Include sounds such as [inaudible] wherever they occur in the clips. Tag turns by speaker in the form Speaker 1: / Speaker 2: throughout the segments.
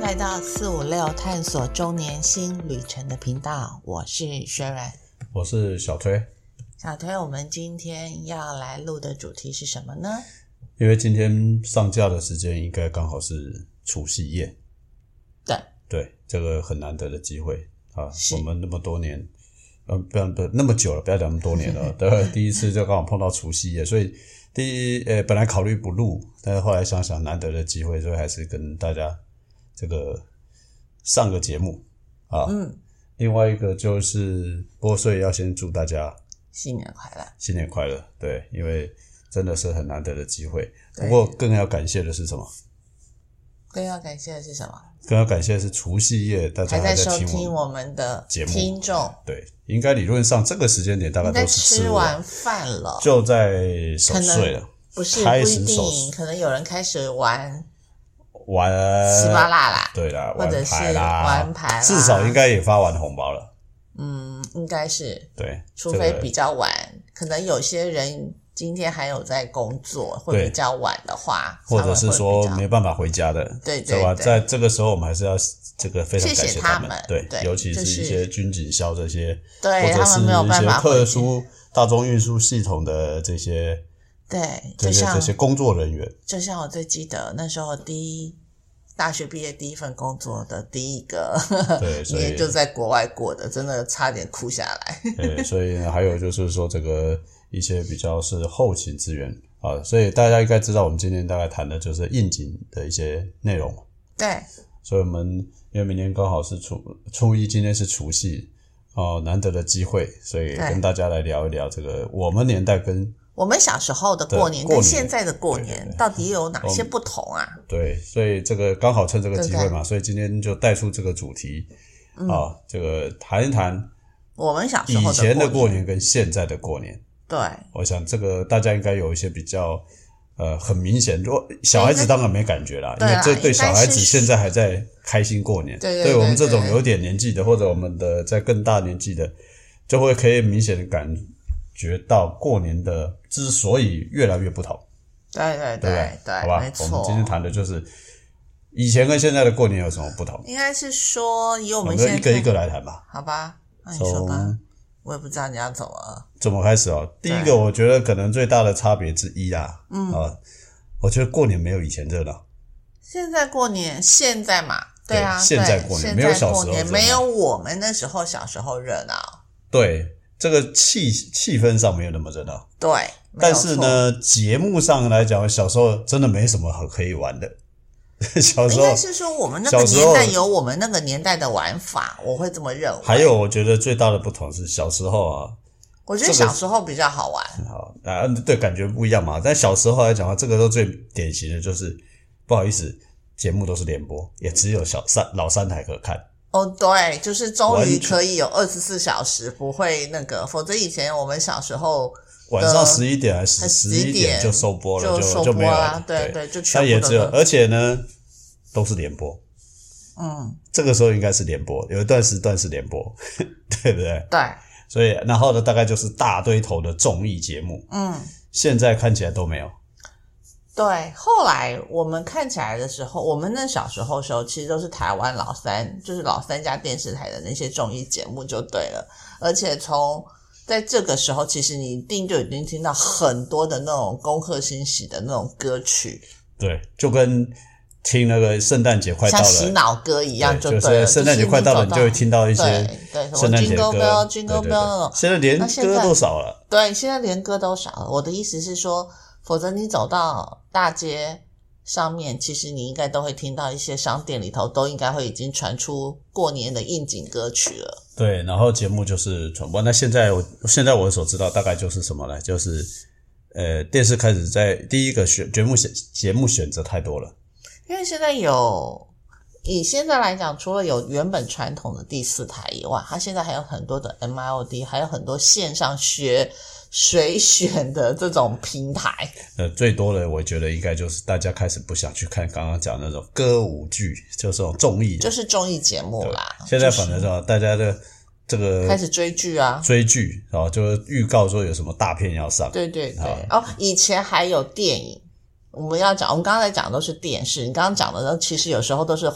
Speaker 1: 来到四五六探索周年新旅程的频道，我是雪软。
Speaker 2: 我是小崔。
Speaker 1: 小推，我们今天要来录的主题是什么呢？
Speaker 2: 因为今天上架的时间应该刚好是除夕夜，
Speaker 1: 对，
Speaker 2: 对，这个很难得的机会啊
Speaker 1: 是！
Speaker 2: 我们那么多年，呃，不要不要那么久了，不要讲那么多
Speaker 1: [laughs]
Speaker 2: 年了，对，第一次就刚好碰到除夕夜，所以第一呃本来考虑不录，但是后来想想难得的机会，所以还是跟大家这个上个节目啊。
Speaker 1: 嗯，
Speaker 2: 另外一个就是，不过所以要先祝大家
Speaker 1: 新年快乐！
Speaker 2: 新年快乐，对，因为真的是很难得的机会。
Speaker 1: 对
Speaker 2: 不过更要感谢的是什么？
Speaker 1: 更要啊感谢的是什么？
Speaker 2: 更要感谢的是除夕夜大家
Speaker 1: 还在收
Speaker 2: 在
Speaker 1: 听
Speaker 2: 我们。
Speaker 1: 我们的
Speaker 2: 节目
Speaker 1: 听众，
Speaker 2: 对，应该理论上这个时间点大概
Speaker 1: 应该
Speaker 2: 都是
Speaker 1: 吃
Speaker 2: 完
Speaker 1: 完饭了，
Speaker 2: 就在守岁了，
Speaker 1: 不是不
Speaker 2: 开
Speaker 1: 一
Speaker 2: 始手
Speaker 1: 定，可能有人开始玩
Speaker 2: 玩
Speaker 1: 稀巴辣啦，
Speaker 2: 对啦，
Speaker 1: 或者
Speaker 2: 玩牌啦，
Speaker 1: 是玩牌啦
Speaker 2: 至少应该也发完红包了。
Speaker 1: 嗯，应该是，
Speaker 2: 对，
Speaker 1: 除
Speaker 2: 这
Speaker 1: 非
Speaker 2: 个
Speaker 1: 比较晚，可能有些人今天还有在工作，会
Speaker 2: 对
Speaker 1: 比较晚的话，
Speaker 2: 或
Speaker 1: 稍
Speaker 2: 者是
Speaker 1: 微会
Speaker 2: 说
Speaker 1: 比较
Speaker 2: 没办法回家的，
Speaker 1: 对对
Speaker 2: 对吧？
Speaker 1: 对
Speaker 2: 在这个时候，我们还是要这个非常
Speaker 1: 谢谢
Speaker 2: 感谢
Speaker 1: 他
Speaker 2: 们
Speaker 1: 们，
Speaker 2: 对，
Speaker 1: 对
Speaker 2: 尤其
Speaker 1: 就是是
Speaker 2: 一些军警消这些，
Speaker 1: 对
Speaker 2: 或者
Speaker 1: 他
Speaker 2: 是
Speaker 1: 们没有
Speaker 2: 一
Speaker 1: 办
Speaker 2: 些
Speaker 1: 法
Speaker 2: 特
Speaker 1: 回去
Speaker 2: 殊大众运输系统的这些
Speaker 1: 对，
Speaker 2: 这
Speaker 1: 就
Speaker 2: 些
Speaker 1: 像
Speaker 2: 这些工作人员，
Speaker 1: 就像我最记得那时候第一大学毕业第一份工作的第一个
Speaker 2: 对
Speaker 1: [laughs]
Speaker 2: 所以
Speaker 1: 年就在国外过的，真的差点哭下来。
Speaker 2: 对，所以呢还有就是说这个一些比较是后勤资源啊，所以大家应该知道我们今天大概谈的就是应景的一些内容。
Speaker 1: 对，
Speaker 2: 所以我们因为明天刚好是初初一，今天是除夕，哦、难得的机会，所以
Speaker 1: 对
Speaker 2: 跟大家来聊一聊这个我们年代跟
Speaker 1: 我们小时候的过年
Speaker 2: 对过
Speaker 1: 跟
Speaker 2: 年
Speaker 1: 现在的过
Speaker 2: 对对
Speaker 1: 年
Speaker 2: 对
Speaker 1: 到底有哪些不同啊？
Speaker 2: 对，所以这个刚好趁这个机会
Speaker 1: 对嗯
Speaker 2: 嘛，所以今天就带出这个主题啊、这个谈一谈
Speaker 1: 我们小时
Speaker 2: 以
Speaker 1: 候
Speaker 2: 前的过
Speaker 1: 过，
Speaker 2: 年跟现在的过年。
Speaker 1: 对，
Speaker 2: 我想这个大家应该有一些比较，呃，很明显。如果小孩子当然没感觉啦，
Speaker 1: 对啦
Speaker 2: 因为这对
Speaker 1: 应该
Speaker 2: 小
Speaker 1: 是
Speaker 2: 孩子现在还在开心过年。
Speaker 1: 对对对
Speaker 2: 我们这种
Speaker 1: 对
Speaker 2: 有点年纪的，或者我们的在更大年纪的，就会可以明显的感觉到过年的之所以越来越不同，
Speaker 1: 对对
Speaker 2: 对不
Speaker 1: 对
Speaker 2: 好吧？
Speaker 1: 没
Speaker 2: 我们
Speaker 1: 错。
Speaker 2: 今天谈的就是以前跟现在的过年有什么不同，
Speaker 1: 应该是说以我
Speaker 2: 我
Speaker 1: 们
Speaker 2: 们
Speaker 1: 现在
Speaker 2: 就一个一个啊
Speaker 1: 看
Speaker 2: 来谈吧。
Speaker 1: 好吧？那你说吧，
Speaker 2: 从
Speaker 1: 我也不知道你要啊怎么。
Speaker 2: 怎么开始哦？第一
Speaker 1: 对
Speaker 2: 个，我觉得可能最大的差别之一啊，嗯啊，我觉得过年没有以前热闹。
Speaker 1: 现在过年，现在嘛，
Speaker 2: 对
Speaker 1: 啊，
Speaker 2: 现
Speaker 1: 对
Speaker 2: 在过年
Speaker 1: 现
Speaker 2: 没有小时候
Speaker 1: 过
Speaker 2: 啊
Speaker 1: 年
Speaker 2: 热闹
Speaker 1: 没有我们那时候小时候热闹，
Speaker 2: 对，这个气气氛上没有那么热闹，
Speaker 1: 对，没有
Speaker 2: 但是
Speaker 1: 错，
Speaker 2: 呢，节目上来讲，小时候真的没什么很可以玩的。 [laughs] 小时
Speaker 1: 应
Speaker 2: 候
Speaker 1: 该是说我们那个
Speaker 2: 小时
Speaker 1: 年
Speaker 2: 候
Speaker 1: 代有我们那个年代的玩法，我会这么认为。
Speaker 2: 还有，，我觉得最大的不同是小时候啊，
Speaker 1: 我觉得
Speaker 2: 这个
Speaker 1: 小时候比较好玩，
Speaker 2: 好啊，对，感觉不一样嘛。但小时候来讲的话，啊这个都最典型的就是，不好意思，节目都是联播，也只有小三老三台可看。
Speaker 1: 哦，对，就是终于
Speaker 2: 完全
Speaker 1: 可以有二十四小时不会那个，否则以前我们小时候
Speaker 2: 晚
Speaker 1: 呃
Speaker 2: 上十一点还是十
Speaker 1: 11
Speaker 2: 一点就收播了，
Speaker 1: 就
Speaker 2: 就
Speaker 1: 收播
Speaker 2: 没有
Speaker 1: 啦
Speaker 2: 了。
Speaker 1: 对对就全
Speaker 2: 那
Speaker 1: 部
Speaker 2: 也
Speaker 1: 都
Speaker 2: 只有，
Speaker 1: 是
Speaker 2: 而且呢，都是联播。
Speaker 1: 嗯，
Speaker 2: 这个时候应该是联播，有一段时段是联播， [laughs] 对不对？
Speaker 1: 对，
Speaker 2: 所以然后呢，大概就是大堆头的综艺节目，
Speaker 1: 嗯，
Speaker 2: 现在看起来都没有。
Speaker 1: 对，后来我们看起来的时候，我们那小时候时候其实都是台湾老三，就是老三家电视台的那些综艺节目就对了。而且从在这个时候，其实你一定就已经听到很多的那种恭贺新喜的那种歌曲，
Speaker 2: 对，就跟听那个圣诞节快到
Speaker 1: 像洗
Speaker 2: 了，
Speaker 1: 脑歌一样
Speaker 2: 对
Speaker 1: 对
Speaker 2: 是
Speaker 1: 了。
Speaker 2: 圣诞节快到了，你就会听到一
Speaker 1: 一
Speaker 2: 些
Speaker 1: 对对什
Speaker 2: 圣
Speaker 1: 么
Speaker 2: 诞节
Speaker 1: Jingle
Speaker 2: 歌，
Speaker 1: Bell、
Speaker 2: 对
Speaker 1: Jingle
Speaker 2: 对
Speaker 1: Bell 那
Speaker 2: 对
Speaker 1: 种。
Speaker 2: 现在连
Speaker 1: 那现在
Speaker 2: 歌都少了。
Speaker 1: 对，现在连歌都少了。我的意思是说，否则你走到大街上面，其实你应该都会听到一些商店里头都应该会已经传出过年的应景歌曲了。
Speaker 2: 对，然后节目就是传播。那现在我现在我所知道大概就是什么呢？就是呃，电视开始在第一个选节目选节目选择太多了，
Speaker 1: 因为现在有，以现在来讲，除了有原本传统的第四台以外，它现在还有很多的 MIOD，还有很多线上学随选的这种平台。
Speaker 2: 呃，最多的我觉得应该就是大家开始不想去看刚刚讲那种歌舞剧，就是这种综艺，
Speaker 1: 就是综艺节目啦，
Speaker 2: 现在
Speaker 1: 就是
Speaker 2: 反正是吧大家的这
Speaker 1: 开
Speaker 2: 个
Speaker 1: 始追剧啊，
Speaker 2: 追剧啊，就是预告说有什么大片要上，
Speaker 1: 对对对
Speaker 2: 好，
Speaker 1: 哦，以前还有电影，我们要讲，我们刚才讲的都是电视，你刚刚讲的都其实有时候都是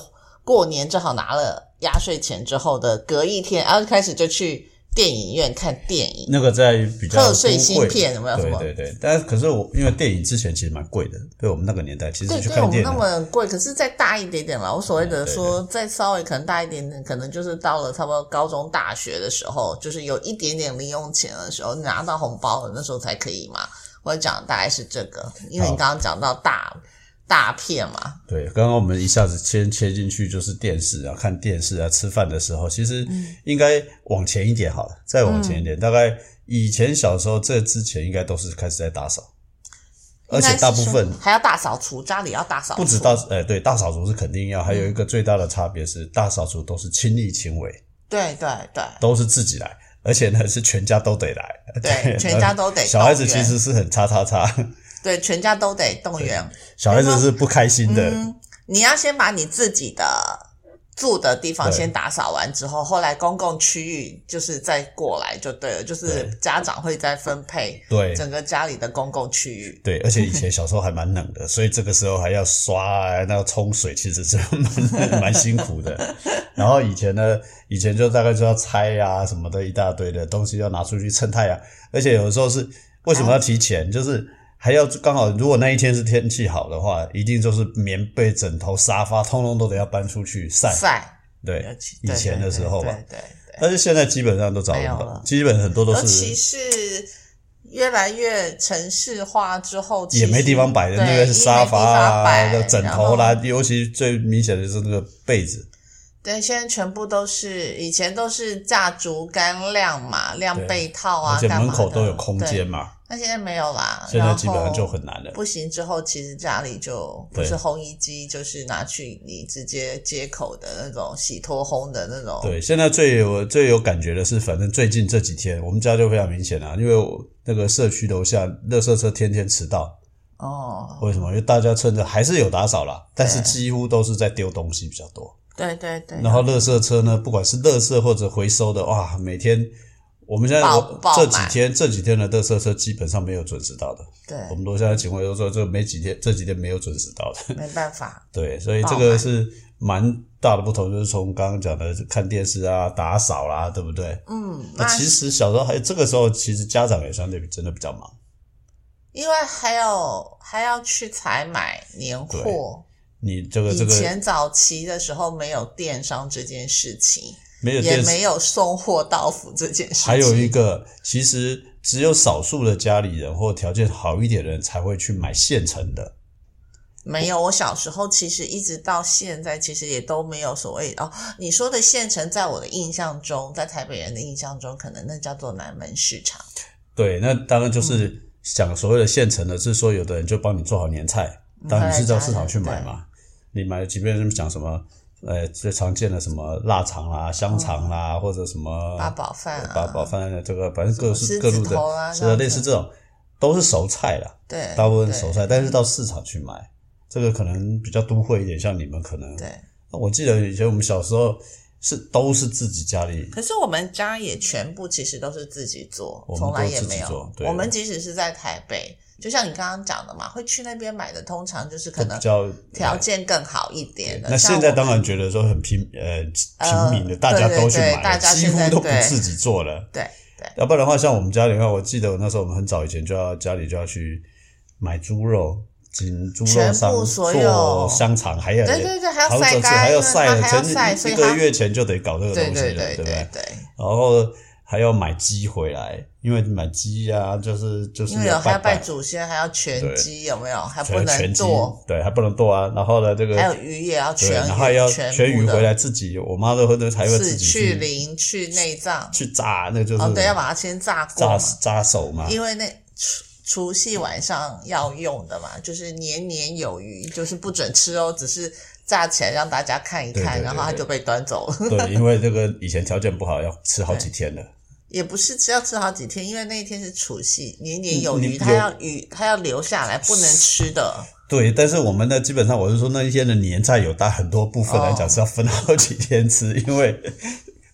Speaker 1: 过年正好拿了压岁钱之后的隔一天，然后开始就去电影院看电影。
Speaker 2: 那个在比较
Speaker 1: 贺岁
Speaker 2: 都
Speaker 1: 新
Speaker 2: 会
Speaker 1: 片有没有什
Speaker 2: 对
Speaker 1: 么
Speaker 2: 对对，但是可是我因为电影之前其实蛮贵的，对我们那个年代，其实
Speaker 1: 对，
Speaker 2: 去
Speaker 1: 对我
Speaker 2: 看
Speaker 1: 们
Speaker 2: 电影
Speaker 1: 那么贵，可是再大一点点嘛。我所谓的
Speaker 2: 嗯对
Speaker 1: 说，再稍微可能大一点点，可能就是到了差不多高中、大学的时候，就是有一点点零用钱的时候，拿到红包了，那时候才可以嘛。我讲的大概是这个，因为你
Speaker 2: 好
Speaker 1: 刚刚讲到大大片嘛，
Speaker 2: 对，刚刚我们一下子切切进去就是电视啊，看电视啊，吃饭的时候，其实
Speaker 1: 嗯
Speaker 2: 应该往前一点好了，再往前一点，大概以前小时候这之前应该都是开始在打扫，而且大部
Speaker 1: 应该
Speaker 2: 分
Speaker 1: 是说还要大扫除，家里要大扫除，
Speaker 2: 不止大，呃，对，大扫除是肯定要，还有一个最大的差别
Speaker 1: 嗯
Speaker 2: 是，大扫除都是亲力亲为，
Speaker 1: 对对
Speaker 2: [laughs]
Speaker 1: 对
Speaker 2: 都是自己来，而且呢是全家都得来，
Speaker 1: 对，全家都得
Speaker 2: 小孩子
Speaker 1: 动员
Speaker 2: 其实是很叉叉叉， [laughs]
Speaker 1: 对全家都得动员。
Speaker 2: 小孩子是不开心的，
Speaker 1: 嗯，你要先把你自己的住的地方
Speaker 2: 对
Speaker 1: 先打扫完之后，后来公共区域就是再过来就对了，就是
Speaker 2: 对
Speaker 1: 家长会再分配
Speaker 2: 对
Speaker 1: 整个家里的公共区域。
Speaker 2: 对，而且以
Speaker 1: [laughs]
Speaker 2: 前小时候还蛮冷的，所以这个时候还要刷啊，那要冲水，其实是蛮蛮辛
Speaker 1: [laughs]
Speaker 2: 苦的。然后以前呢，以前就大概就要拆啊什么的一大堆的东西要拿出去趁太阳，而且有的时候是为什么要提
Speaker 1: 啊
Speaker 2: 前，就是。还要刚好，如果那一天是天气好的话，一定就是棉被、枕头、沙发，通通都得要搬出去晒。
Speaker 1: 晒，
Speaker 2: 对
Speaker 1: 尤其，
Speaker 2: 以
Speaker 1: 对
Speaker 2: 前的时候吧
Speaker 1: 对，对对对
Speaker 2: 但是现在基本上都找
Speaker 1: 没
Speaker 2: 不
Speaker 1: 有
Speaker 2: 到
Speaker 1: 了，
Speaker 2: 基本很多都
Speaker 1: 对，尤其
Speaker 2: 是
Speaker 1: 是越来越城市化之后，
Speaker 2: 也没地方摆的
Speaker 1: 对
Speaker 2: 那个
Speaker 1: 一没
Speaker 2: 沙
Speaker 1: 地
Speaker 2: 发
Speaker 1: 方
Speaker 2: 啊、
Speaker 1: 摆
Speaker 2: 那枕头啦
Speaker 1: 然，后
Speaker 2: 尤其最明显的是那个被子。
Speaker 1: 对，现在全部都是，以前都是架竹竿晾嘛，晾
Speaker 2: 对
Speaker 1: 被套啊，
Speaker 2: 而且
Speaker 1: 干
Speaker 2: 门
Speaker 1: 嘛
Speaker 2: 口
Speaker 1: 的
Speaker 2: 都有空
Speaker 1: 对
Speaker 2: 间嘛，
Speaker 1: 那现在没有啦，
Speaker 2: 现在基本上就
Speaker 1: 然后
Speaker 2: 很难了。
Speaker 1: 不行之后，其实家里就不
Speaker 2: 对
Speaker 1: 是烘衣机，就是拿去你直接接口的那种洗脱烘的那种。
Speaker 2: 对，现在最有最有感觉的是，反正最近这几天我们家就非常明显啊，因为我那个社区楼下垃圾车天天迟到，
Speaker 1: 哦，
Speaker 2: 为什么？因为大家趁着还是有打扫啦，但是
Speaker 1: 对
Speaker 2: 几乎都是在丢东西比较多。
Speaker 1: 对对对。
Speaker 2: 然后垃圾车呢，不管是垃圾或者回收的，哇，每天我们现在
Speaker 1: 爆
Speaker 2: 我
Speaker 1: 爆
Speaker 2: 这几
Speaker 1: 满
Speaker 2: 天这几天的垃圾车基本上没有准时到的。
Speaker 1: 对，
Speaker 2: 我们楼下的警卫都说，这没几天这几天没有准时到的。 [laughs]
Speaker 1: 没办法，
Speaker 2: 对，所以
Speaker 1: 爆
Speaker 2: 这
Speaker 1: 满
Speaker 2: 个是蛮大的不同，就是从刚刚讲的看电视啊、打扫啦、对不对？
Speaker 1: 嗯，
Speaker 2: [laughs] 那
Speaker 1: 那
Speaker 2: 其实小时候还这个时候，其实家长也相对比真的比较忙。
Speaker 1: 因为还有还要去采买年货。
Speaker 2: 你这个这
Speaker 1: 以
Speaker 2: 个
Speaker 1: 前早期的时候没有电商这件事情，
Speaker 2: 没有
Speaker 1: 也
Speaker 2: 电视，
Speaker 1: 没有送货到府这件事情。
Speaker 2: 还有一个，其实只有少数的家里人或条件好一点的人才会去买现成的。
Speaker 1: 没有，我小时候其实一直到现在，其实也都没有所谓哦。你说的县城，在我的印象中，在台北人的印象中，可能那叫做南门市场。
Speaker 2: 对，那当然
Speaker 1: 嗯
Speaker 2: 就是想所谓的现成的，是说有的人就帮你做好年菜，
Speaker 1: 嗯
Speaker 2: 当然你是到市场去买嘛。你买，即便是讲什么，呃，最常见的什么腊肠啦、香肠啦，或者什么
Speaker 1: 哦
Speaker 2: 呃
Speaker 1: 八宝饭啊
Speaker 2: 八宝饭这个，反正各
Speaker 1: 什么
Speaker 2: 式各
Speaker 1: 狮子
Speaker 2: 路的
Speaker 1: 头啊，
Speaker 2: 是
Speaker 1: 这
Speaker 2: 啊，
Speaker 1: 样子
Speaker 2: 类似这种都是熟菜啦，
Speaker 1: 对，
Speaker 2: 大部分
Speaker 1: 对
Speaker 2: 熟菜，但是到市场去买，这个可能比较都会一点，像你们可能。
Speaker 1: 对。
Speaker 2: 那我记得以前我们小时候是都是自己家里
Speaker 1: 可是我们家也全部其实都是自己做，
Speaker 2: 我们
Speaker 1: 从来
Speaker 2: 都
Speaker 1: 也
Speaker 2: 自己
Speaker 1: 没有
Speaker 2: 做。对
Speaker 1: 我们即使是在台北，就像你刚刚讲的嘛，会去那边买的，通常就是可
Speaker 2: 比
Speaker 1: 能
Speaker 2: 较呃
Speaker 1: 条件更好一点的。
Speaker 2: 那
Speaker 1: 像
Speaker 2: 现在
Speaker 1: 我们
Speaker 2: 当然觉得说很平呃
Speaker 1: 呃
Speaker 2: 平民的，大家都去
Speaker 1: 对对对
Speaker 2: 买
Speaker 1: 大
Speaker 2: 了，
Speaker 1: 家
Speaker 2: 几
Speaker 1: 现在
Speaker 2: 乎都不
Speaker 1: 对
Speaker 2: 自己做了。
Speaker 1: 对对
Speaker 2: 要不然的话，像我们家里的话，我记得我那时候我们很早以前就要家里就要去买猪肉。仅猪肉
Speaker 1: 全
Speaker 2: 商
Speaker 1: 部所有
Speaker 2: 做香肠，还有
Speaker 1: 对对对还要
Speaker 2: 好
Speaker 1: 晒
Speaker 2: 者
Speaker 1: 干
Speaker 2: 还要
Speaker 1: 因为
Speaker 2: 晒
Speaker 1: 它
Speaker 2: 了，
Speaker 1: 还要晒
Speaker 2: 前
Speaker 1: 所以
Speaker 2: 一
Speaker 1: 它
Speaker 2: 个月前就得搞这个
Speaker 1: 对
Speaker 2: 东西
Speaker 1: 对
Speaker 2: 了，
Speaker 1: 对
Speaker 2: 不
Speaker 1: 对
Speaker 2: 对？
Speaker 1: 对，
Speaker 2: 然后还要买鸡回来，因为买鸡啊，就是就是
Speaker 1: 因为有还要
Speaker 2: 拜
Speaker 1: 拜祖先，还要全
Speaker 2: 对
Speaker 1: 鸡，有没有？还不
Speaker 2: 全
Speaker 1: 能
Speaker 2: 全鸡
Speaker 1: 剁，，
Speaker 2: 对，还不能剁啊。然后呢，这个
Speaker 1: 还有鱼也要
Speaker 2: 对，
Speaker 1: 全
Speaker 2: 然后还要
Speaker 1: 全
Speaker 2: 全
Speaker 1: 部
Speaker 2: 鱼
Speaker 1: 的
Speaker 2: 回来自己，我妈都会都还会自
Speaker 1: 是
Speaker 2: 己
Speaker 1: 去
Speaker 2: 去
Speaker 1: 鳞、去内脏，
Speaker 2: 去炸，那就是
Speaker 1: 哦，对，要把它先炸过
Speaker 2: 炸
Speaker 1: 嘛，
Speaker 2: 炸手嘛。
Speaker 1: 因为那除除夕晚上要用的嘛，就是年年有余，就是不准吃哦，只是炸起来让大家看一
Speaker 2: 对对
Speaker 1: 看，
Speaker 2: 对
Speaker 1: 然后它
Speaker 2: 对
Speaker 1: 就被端走了。 [laughs]
Speaker 2: 对，因为这个以前条件不好，要吃好几天的。
Speaker 1: 也不是吃要吃好几天，因为那一天是除夕，年年有
Speaker 2: 你
Speaker 1: 余，
Speaker 2: 你
Speaker 1: 它
Speaker 2: 嗯有
Speaker 1: 要余，它要留下来，不能吃的。
Speaker 2: 对，但是我们呢，基本上我是说那一些的年菜有大很多部分来
Speaker 1: 哦
Speaker 2: 讲是要分好几天吃，因为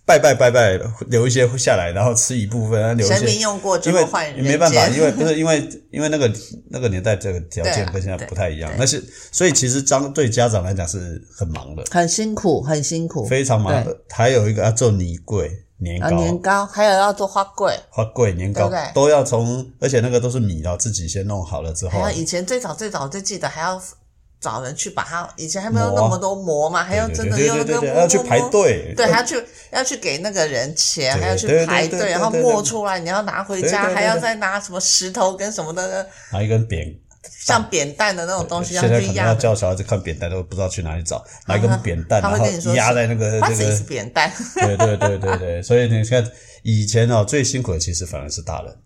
Speaker 2: 拜拜拜拜，留一些下来，然后吃一部分，然后留一
Speaker 1: 神明
Speaker 2: 些。
Speaker 1: 用过之
Speaker 2: 因
Speaker 1: 后
Speaker 2: 为
Speaker 1: 换人
Speaker 2: 没办法，
Speaker 1: 间
Speaker 2: 因为不是因为因为那个那个年代这个条
Speaker 1: 对
Speaker 2: 件
Speaker 1: 啊
Speaker 2: 跟现在
Speaker 1: 对
Speaker 2: 不太一样
Speaker 1: 对，
Speaker 2: 但是所以其实张对家长来讲是很忙的，
Speaker 1: 很辛苦，很辛苦。
Speaker 2: 非常忙的。还有一个要做泥柜、年
Speaker 1: 啊，
Speaker 2: 糕、
Speaker 1: 年糕还有要做花柜，
Speaker 2: 花柜、年
Speaker 1: 对
Speaker 2: 糕
Speaker 1: 不对
Speaker 2: 都要从，而且那个都是米哦，自己先弄好了之
Speaker 1: 还
Speaker 2: 后
Speaker 1: 有，以前最早最早我最记得还要找人去把它，以前还没有那么多膜嘛，还要哎
Speaker 2: 对
Speaker 1: 真
Speaker 2: 对
Speaker 1: 的
Speaker 2: 对
Speaker 1: 用那
Speaker 2: 对
Speaker 1: 个
Speaker 2: 对
Speaker 1: 膜
Speaker 2: 对，要去
Speaker 1: 膜
Speaker 2: 排
Speaker 1: 膜
Speaker 2: 队，
Speaker 1: 对，还要去要去给那个人钱，
Speaker 2: 对
Speaker 1: 还要去
Speaker 2: 对对
Speaker 1: 排
Speaker 2: 对
Speaker 1: 队，
Speaker 2: 对
Speaker 1: 然后
Speaker 2: 对
Speaker 1: 磨
Speaker 2: 对
Speaker 1: 出来，你要拿回
Speaker 2: 对
Speaker 1: 家，
Speaker 2: 对对
Speaker 1: 还要
Speaker 2: 对
Speaker 1: 再拿什么石头跟什么的，
Speaker 2: 拿一根扁
Speaker 1: 像扁担的那种东西，让
Speaker 2: 现
Speaker 1: 他
Speaker 2: 在
Speaker 1: 去
Speaker 2: 可能
Speaker 1: 压
Speaker 2: 要
Speaker 1: 的。
Speaker 2: 叫小孩子看扁担都不知道去哪里找，拿一根扁担，
Speaker 1: 他
Speaker 2: 然
Speaker 1: 会
Speaker 2: 后
Speaker 1: 跟你说
Speaker 2: 压在那个
Speaker 1: 他
Speaker 2: 那
Speaker 1: 自己是
Speaker 2: 个，
Speaker 1: 扁担，
Speaker 2: [laughs] 对对对对对，所以你看以前哦最辛苦的其实反而是大人，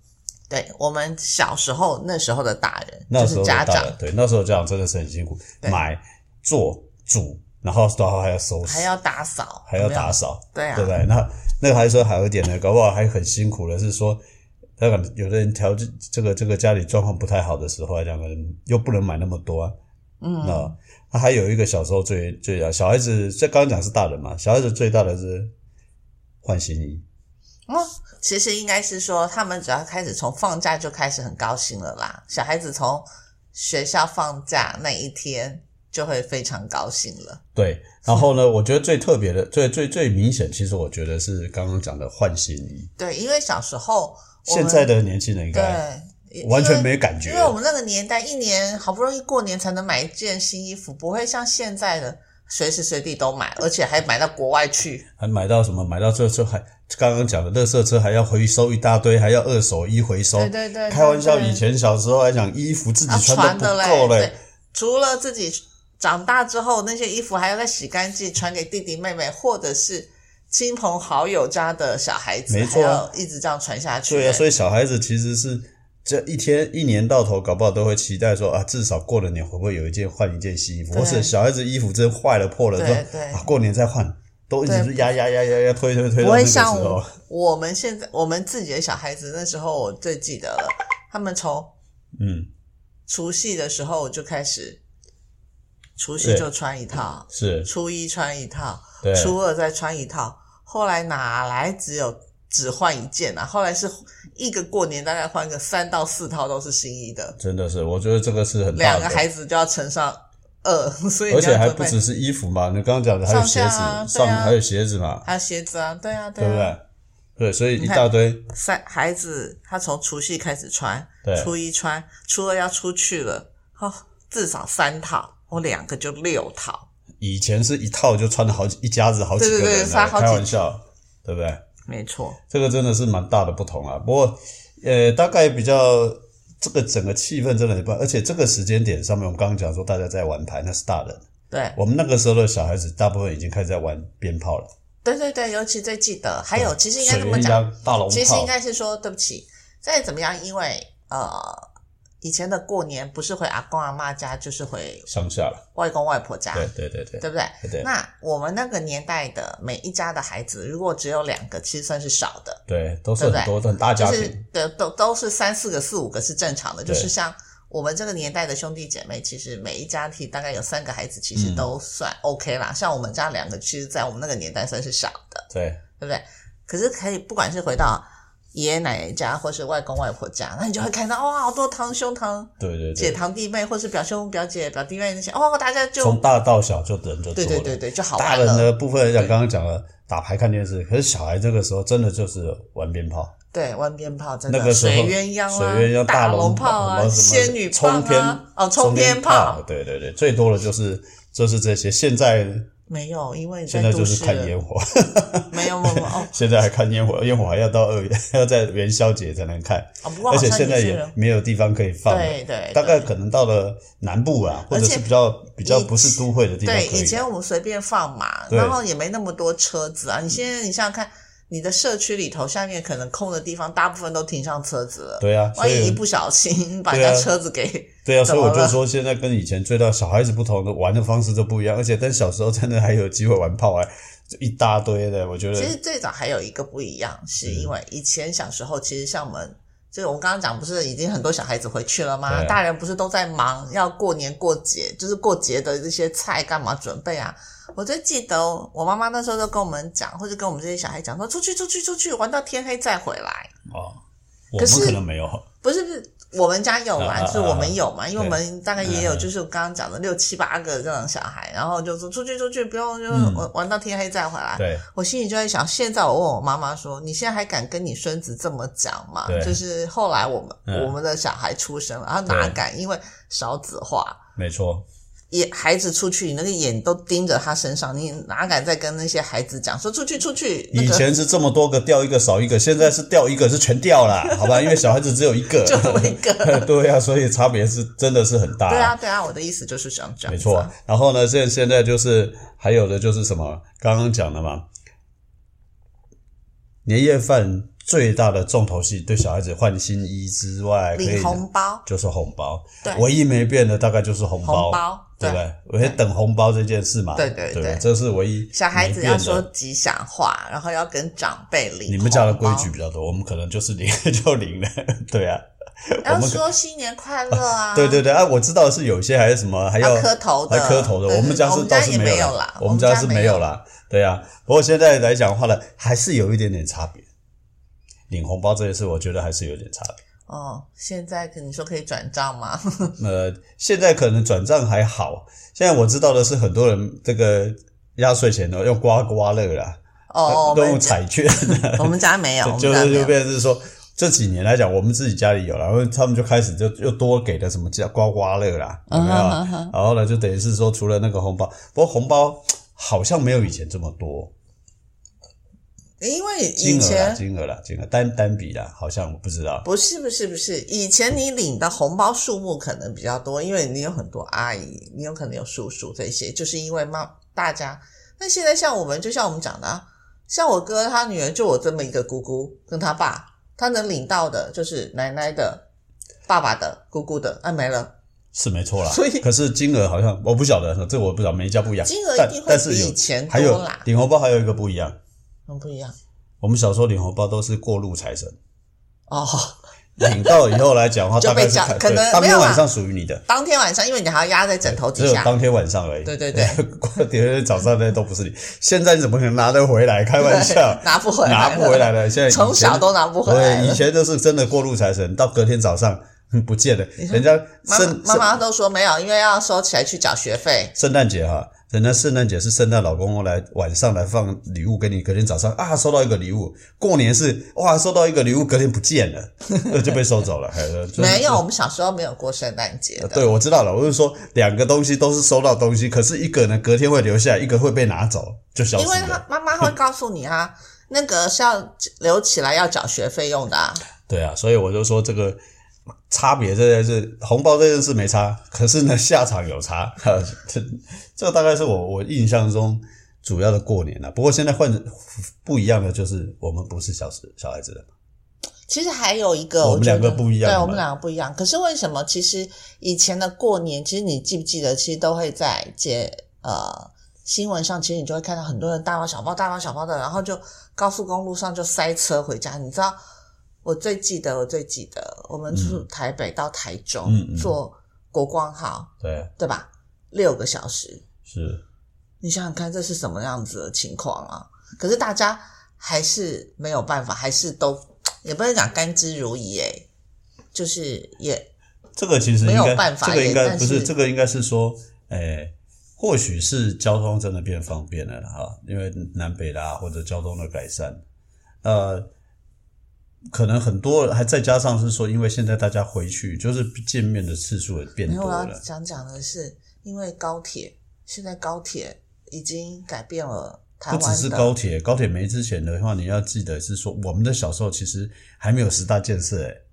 Speaker 1: 对我们小时候那时候的大人
Speaker 2: 那
Speaker 1: 就
Speaker 2: 时
Speaker 1: 是
Speaker 2: 候的
Speaker 1: 家
Speaker 2: 大
Speaker 1: 长
Speaker 2: 人，对那时候家长真的是很辛苦，
Speaker 1: 对
Speaker 2: 买做煮，然后然后还要收拾，
Speaker 1: 还要打扫，
Speaker 2: 还要
Speaker 1: 有没有
Speaker 2: 打扫，
Speaker 1: 对啊
Speaker 2: 对不对？那那个还说还有一点呢，搞不好还很辛苦的是说，那个有的人条件这个这个家里状况不太好的时候，两个人又不能买那么多啊。嗯，那那还有一个小时候最最啊，小孩子这刚刚讲是大人嘛，小孩子最大的是换新衣，
Speaker 1: 哦，其实应该是说，他们只要开始从放假就开始很高兴了啦。小孩子从学校放假那一天就会非常高兴了。
Speaker 2: 对。然后呢，我觉得最特别的、最最最明显，其实我觉得是刚刚讲的换新衣。
Speaker 1: 对，因为小时候我们
Speaker 2: 现在的年轻人应该
Speaker 1: 对
Speaker 2: 完全。
Speaker 1: 因为
Speaker 2: 没感觉
Speaker 1: 因为我们那个年代，一年好不容易过年才能买一件新衣服，不会像现在的随时随地都买，而且还买到国外去。
Speaker 2: 还买到什么？买到这车还刚刚讲的垃圾车还要回收一大堆，还要二手衣回收。
Speaker 1: 对对对，
Speaker 2: 开玩笑，
Speaker 1: 对对
Speaker 2: 以前小时候还讲衣服自己
Speaker 1: 啊，
Speaker 2: 穿
Speaker 1: 的
Speaker 2: 都不够
Speaker 1: 嘞
Speaker 2: 嘞，。
Speaker 1: 除了自己长大之后，那些衣服还要再洗干净，传给弟弟妹妹，或者是亲朋好友家的小孩子，
Speaker 2: 没错
Speaker 1: 还
Speaker 2: 啊
Speaker 1: 要一直这样传下去。
Speaker 2: 对啊，所
Speaker 1: 以
Speaker 2: 以小孩子其实是这一天一年到头，搞不好都会期待说啊，至少过了年会不会有一件换一件新衣服，
Speaker 1: 对
Speaker 2: 或是小孩子衣服真坏了破了之
Speaker 1: 对对
Speaker 2: 后啊，过年再换，都一直是压压压压压推推推
Speaker 1: 不
Speaker 2: 到那
Speaker 1: 会
Speaker 2: 个时
Speaker 1: 像
Speaker 2: 候
Speaker 1: 我。我们现在我们自己的小孩子那时候，我最记得了，他们从
Speaker 2: 嗯，
Speaker 1: 除夕的时候就开始，除夕
Speaker 2: 对
Speaker 1: 就穿一套，
Speaker 2: 是
Speaker 1: 初一穿一套，
Speaker 2: 对
Speaker 1: 初二再穿一套，后来哪来只有只换一件啊？后来是一个过年大概换个三到四套都是新衣的，
Speaker 2: 真的是，我觉得这个是很大
Speaker 1: 两个
Speaker 2: 的。
Speaker 1: 孩子就要乘上二， [laughs] 所以你要
Speaker 2: 而且还
Speaker 1: 准
Speaker 2: 不
Speaker 1: 备
Speaker 2: 只是衣服嘛，你刚刚讲的还有鞋
Speaker 1: 上
Speaker 2: 子，
Speaker 1: 下啊对
Speaker 2: 上
Speaker 1: 啊
Speaker 2: 还有鞋子嘛，
Speaker 1: 还有鞋子啊，对啊，对
Speaker 2: 对
Speaker 1: 啊，
Speaker 2: 不对？对，所以
Speaker 1: 你
Speaker 2: 一
Speaker 1: 看
Speaker 2: 大堆，
Speaker 1: 三孩子他从除夕开始穿
Speaker 2: 对，
Speaker 1: 初一穿，初二要出去了，哦，至少三套，我两个就六套。
Speaker 2: 以前是一套就穿了好几一家子好几个
Speaker 1: 对
Speaker 2: 人
Speaker 1: 对
Speaker 2: 啊，
Speaker 1: 对穿好几
Speaker 2: 开玩笑，对不对？
Speaker 1: 没错，
Speaker 2: 这个真的是蛮大的不同啊。不过，呃，大概比较这个整个气氛真的很棒，而且这个时间点上面，我们刚刚讲说大家在玩牌，那是大人。
Speaker 1: 对，
Speaker 2: 我们那个时候的小孩子，大部分已经开始在玩鞭炮了，
Speaker 1: 对对对，尤其最记得，还有其实应该
Speaker 2: 水
Speaker 1: 这么
Speaker 2: 鸳
Speaker 1: 讲，
Speaker 2: 鸯、大龙
Speaker 1: 其实应
Speaker 2: 炮。
Speaker 1: 该是说，对不起，再怎么样，因为呃，以前的过年不是回阿公阿妈家，就是回
Speaker 2: 乡下了，
Speaker 1: 外公外婆家，
Speaker 2: 对对对对
Speaker 1: 对不对？
Speaker 2: 对
Speaker 1: 啊那我们那个年代的每一家的孩子，如果只有两个，其实算是少的，
Speaker 2: 对，都是很多很大
Speaker 1: 就
Speaker 2: 家
Speaker 1: 是
Speaker 2: 庭，
Speaker 1: 的都都是三四个、四五个是正常的，就
Speaker 2: 对
Speaker 1: 是像。我们这个年代的兄弟姐妹，其实每一家庭大概有三个孩子，其实
Speaker 2: 嗯
Speaker 1: 都算 OK 啦。像我们家两个，其实，在我们那个年代算是少的。
Speaker 2: 对
Speaker 1: 对不对？可是可以，不管是回到爷爷奶奶家，或是外公外婆家，那你就会看到哇，好多堂兄堂
Speaker 2: 对对
Speaker 1: 姐、
Speaker 2: 对，
Speaker 1: 堂弟妹，或是表兄表姐、表弟妹那些，哦，大家就
Speaker 2: 从大到小就人就多
Speaker 1: 对
Speaker 2: 了。
Speaker 1: 对对对，就好
Speaker 2: 大
Speaker 1: 玩
Speaker 2: 人
Speaker 1: 了。
Speaker 2: 的部分来讲，刚刚讲了打牌、看电视，可是小孩这个时候真的就是玩鞭炮。
Speaker 1: 对，玩鞭炮真的，
Speaker 2: 那个时候
Speaker 1: 水鸳鸯
Speaker 2: 水
Speaker 1: 啊，
Speaker 2: 鸳鸯、
Speaker 1: 大
Speaker 2: 龙
Speaker 1: 炮
Speaker 2: 然
Speaker 1: 啊，
Speaker 2: 后什么
Speaker 1: 仙女棒
Speaker 2: 冲天
Speaker 1: 啊，哦，冲
Speaker 2: 天
Speaker 1: 天炮
Speaker 2: 对对对，最多的就是就是这些。现在
Speaker 1: 没有，因为你
Speaker 2: 现
Speaker 1: 在
Speaker 2: 在
Speaker 1: 都
Speaker 2: 就
Speaker 1: 市
Speaker 2: 是看烟火， [laughs]
Speaker 1: 没有没有没有哦
Speaker 2: 现在还看烟火，烟火还要到二月， [laughs] 还要在元宵节才能看，
Speaker 1: 哦，不过好
Speaker 2: 而且
Speaker 1: 像
Speaker 2: 现在
Speaker 1: 也
Speaker 2: 也
Speaker 1: 是。
Speaker 2: 没有地方可以放了。
Speaker 1: 对对，
Speaker 2: 大
Speaker 1: 对
Speaker 2: 概可能到了南部啊，或者
Speaker 1: 而
Speaker 2: 是
Speaker 1: 且
Speaker 2: 比较比较不是都会的地方可
Speaker 1: 对，
Speaker 2: 以。
Speaker 1: 以前我们随便放嘛，
Speaker 2: 对
Speaker 1: 然后也没那么多车子啊。你现在你想想看，你的社区里头下面可能空的地方，大部分都停上车子了。
Speaker 2: 对啊，所
Speaker 1: 万一一
Speaker 2: 以
Speaker 1: 不小
Speaker 2: [laughs]
Speaker 1: 心把人
Speaker 2: 对啊
Speaker 1: 家车子给，
Speaker 2: 对啊，
Speaker 1: 怎
Speaker 2: 所以
Speaker 1: 么
Speaker 2: 我就
Speaker 1: 了
Speaker 2: 说现在跟以前追到小孩子不同的玩的方式都不一样，而且但小时候真的还有机会玩炮哎，就一大堆的，我觉得嗯
Speaker 1: 其实最早还有一个不一样，是因为以前小时候其实像我们就是我们刚刚讲，不是已经很多小孩子回去了吗？
Speaker 2: 对啊
Speaker 1: 大人不是都在忙，要过年过节，就是过节的这些菜干嘛准备啊？我最记得我妈妈那时候就跟我们讲，或者跟我们这些小孩讲说，出去出去出去玩到天黑再回来。
Speaker 2: 哦，我
Speaker 1: 可
Speaker 2: 们
Speaker 1: 是啊
Speaker 2: 可能没有，
Speaker 1: 不是不是，我们家有
Speaker 2: 啊
Speaker 1: 啊，
Speaker 2: 啊啊
Speaker 1: 就是我们有嘛，因为我们大概也有
Speaker 2: 嗯嗯
Speaker 1: 就是我刚刚讲的六七八个这种小孩，然后就说出去出去，不用就
Speaker 2: 嗯
Speaker 1: 玩玩到天黑再回来。
Speaker 2: 对，
Speaker 1: 我心里就在想，现在我问我妈妈说：“你现在还敢跟你孙子这么讲吗？”
Speaker 2: 对
Speaker 1: 就是后来我们、
Speaker 2: 嗯
Speaker 1: 我们的小孩出生了，他哪
Speaker 2: 对
Speaker 1: 敢？因为少子化，
Speaker 2: 没错，
Speaker 1: 也孩子出去，你那个眼都盯着他身上，你哪敢再跟那些孩子讲说出去出去？那
Speaker 2: 以
Speaker 1: 个
Speaker 2: 前是这么多个掉一个少一个，现在是掉一个是全掉
Speaker 1: [laughs]
Speaker 2: 啦，好吧？因为小孩子只有一个，
Speaker 1: 就这么一个，
Speaker 2: [laughs] 对啊，所以差别是真的是很大、
Speaker 1: 对啊对啊，我的意思就是想这样，
Speaker 2: 没错。。然后呢，现现在就是还有的就是什么，刚刚讲的嘛，年夜饭最大的重头戏，对小孩子换新衣之外，可以
Speaker 1: 领红包，
Speaker 2: 就是红包，
Speaker 1: 对
Speaker 2: 唯一没变的大概就是红包，
Speaker 1: 红包
Speaker 2: 对不对？我在等红包这件事嘛，
Speaker 1: 对对
Speaker 2: 对吧
Speaker 1: 对
Speaker 2: 这是唯一
Speaker 1: 小孩子
Speaker 2: 没变
Speaker 1: 要
Speaker 2: 的
Speaker 1: 说吉祥话，然后要跟长辈领。
Speaker 2: 你们家的规矩，比较多，我们可能就是零 [laughs] 就零了，对啊，
Speaker 1: [laughs] 要
Speaker 2: 我们可
Speaker 1: 说新年快乐啊！
Speaker 2: [laughs] 对对对啊，我知道是有些还是什么还
Speaker 1: 要
Speaker 2: 要
Speaker 1: 磕头的，
Speaker 2: 还磕头的，
Speaker 1: 对对
Speaker 2: 我们家
Speaker 1: 我
Speaker 2: 是
Speaker 1: 们
Speaker 2: 倒
Speaker 1: 家
Speaker 2: 是
Speaker 1: 也没
Speaker 2: 有
Speaker 1: 啦，
Speaker 2: 我们家是
Speaker 1: 没
Speaker 2: 有。啦，对啊。不过现在来讲的话呢，还是有一点点差别。领红包这件事，我觉得还是有点差别。
Speaker 1: 哦，现在可你说可以转账
Speaker 2: [laughs]
Speaker 1: 吗？
Speaker 2: 呃，现在可能转账还好，现在我知道的是很多人这个压岁钱呢用刮刮乐啦，
Speaker 1: 哦，我
Speaker 2: 都用
Speaker 1: 们
Speaker 2: 彩券，啊
Speaker 1: 我们家没有，我们
Speaker 2: [laughs] 就
Speaker 1: 家
Speaker 2: 是
Speaker 1: 没
Speaker 2: 就
Speaker 1: 有。
Speaker 2: 变成是说。这几年来讲，我们自己家里有啦，然后他们就开始就又多给了什么叫刮刮乐啦，有啊没有？
Speaker 1: 嗯哼哼哼
Speaker 2: 然后呢，就等于是说，除了那个红包，不过红包好像没有以前这么多，
Speaker 1: 因为以
Speaker 2: 金额啦，
Speaker 1: 前
Speaker 2: 金额啦，金额单单笔啦，好像我不知道。
Speaker 1: 不是不是不是，以前你领的红包数目可能比较多，因为你有很多阿姨，你有可能有叔叔这些，就是因为妈大家。那现在像我们，就像我们讲的、啊，像我哥他女儿就我这么一个姑姑跟他爸，他能领到的就是奶奶的、爸爸的、姑姑的，啊没了，
Speaker 2: 是没错啦，
Speaker 1: 所以
Speaker 2: 可是金额好像我不晓得，这个我不知道，每一家不一样。
Speaker 1: 金额
Speaker 2: 但
Speaker 1: 一定会
Speaker 2: 但是
Speaker 1: 比
Speaker 2: 有
Speaker 1: 以前多
Speaker 2: 还有
Speaker 1: 啦
Speaker 2: 领红包还有一个不一样，
Speaker 1: 很不一样
Speaker 2: 我们小时候领红包都是过路财神，
Speaker 1: 哦。
Speaker 2: 领到以后来讲的
Speaker 1: [laughs]
Speaker 2: 话，
Speaker 1: 就
Speaker 2: 大
Speaker 1: 被
Speaker 2: 概是
Speaker 1: 讲
Speaker 2: 看
Speaker 1: 可能
Speaker 2: 对当
Speaker 1: 没有
Speaker 2: 天
Speaker 1: 啦
Speaker 2: 晚上属于你的，
Speaker 1: 当天晚上，因为你还要压在枕头
Speaker 2: 只
Speaker 1: 底
Speaker 2: 有
Speaker 1: 下，
Speaker 2: 当天晚上而已。
Speaker 1: 对对对，
Speaker 2: [laughs] 过第二天早上那都不是你。现在你怎么可能拿得回来？开玩笑
Speaker 1: 对， [laughs] 拿不回来，
Speaker 2: [laughs] 拿不回来，了。现在以前
Speaker 1: 从小都拿不回来
Speaker 2: 对，以
Speaker 1: 了。
Speaker 2: 前都是真的过路财神，到隔天早上 [laughs] 哼不见了，人家
Speaker 1: 妈
Speaker 2: 圣
Speaker 1: 妈妈都说没有，因为要收起来去缴学费。
Speaker 2: 圣诞节哈，人家圣诞节是圣诞老公公来晚上来放礼物给你，隔天早上啊收到一个礼物，过年是哇收到一个礼物，隔天不见了， [laughs] 呃就被收
Speaker 1: [laughs]
Speaker 2: 走了，还有就是 [laughs]
Speaker 1: 没有，我们小时候没有过圣诞节的。
Speaker 2: 对，我知道了。我是说，两个东西都是收到东西，可是一个呢，隔天会留下来，一个会被拿走，就消
Speaker 1: 因为
Speaker 2: 失
Speaker 1: 他
Speaker 2: 了。
Speaker 1: 妈妈会告诉你啊，那个是要留起来要缴学费用的、啊。
Speaker 2: 对啊，所以我就说这个差别这件事，红包这件事没差，可是呢，下场有差。 [laughs] 呵这这个大概是我我印象中主要的过年啊了、不过现在换不一样的就是，我们不是小时小孩子了，
Speaker 1: 其实还有一个，
Speaker 2: 我们
Speaker 1: 觉得
Speaker 2: 两个不一样
Speaker 1: 对
Speaker 2: 嘛
Speaker 1: 我们两个不一样。可是为什么？其实以前的过年，其实你记不记得？其实都会在节呃新闻上，其实你就会看到很多人大包小包、大包小包的，然后就高速公路上就塞车回家。你知道，我最记得，我最记得，我们从台北到台中、
Speaker 2: 嗯嗯
Speaker 1: 坐国光号，
Speaker 2: 对，
Speaker 1: 对吧？六个小时，
Speaker 2: 是
Speaker 1: 你想想看，这是什么样子的情况啊？可是大家还是没有办法，还是都也不能讲甘之如饴诶，就是也
Speaker 2: 这个其实应
Speaker 1: 没有
Speaker 2: 该，
Speaker 1: 办法
Speaker 2: 这个
Speaker 1: 也
Speaker 2: 应该
Speaker 1: 但
Speaker 2: 不是
Speaker 1: 是
Speaker 2: 这个应该是说，诶，或许是交通真的变方便了啦哈，因为南北啦或者交通的改善，呃，可能很多还再加上是说，因为现在大家回去就是见面的次数也变
Speaker 1: 没有
Speaker 2: 多
Speaker 1: 我要
Speaker 2: 了，
Speaker 1: 想讲的是，因为高铁现在高铁已经改变了台
Speaker 2: 不
Speaker 1: 湾的，
Speaker 2: 只是高铁，高铁没之前的话，你要记得是说，我们的小时候其实还没有十大建设、诶。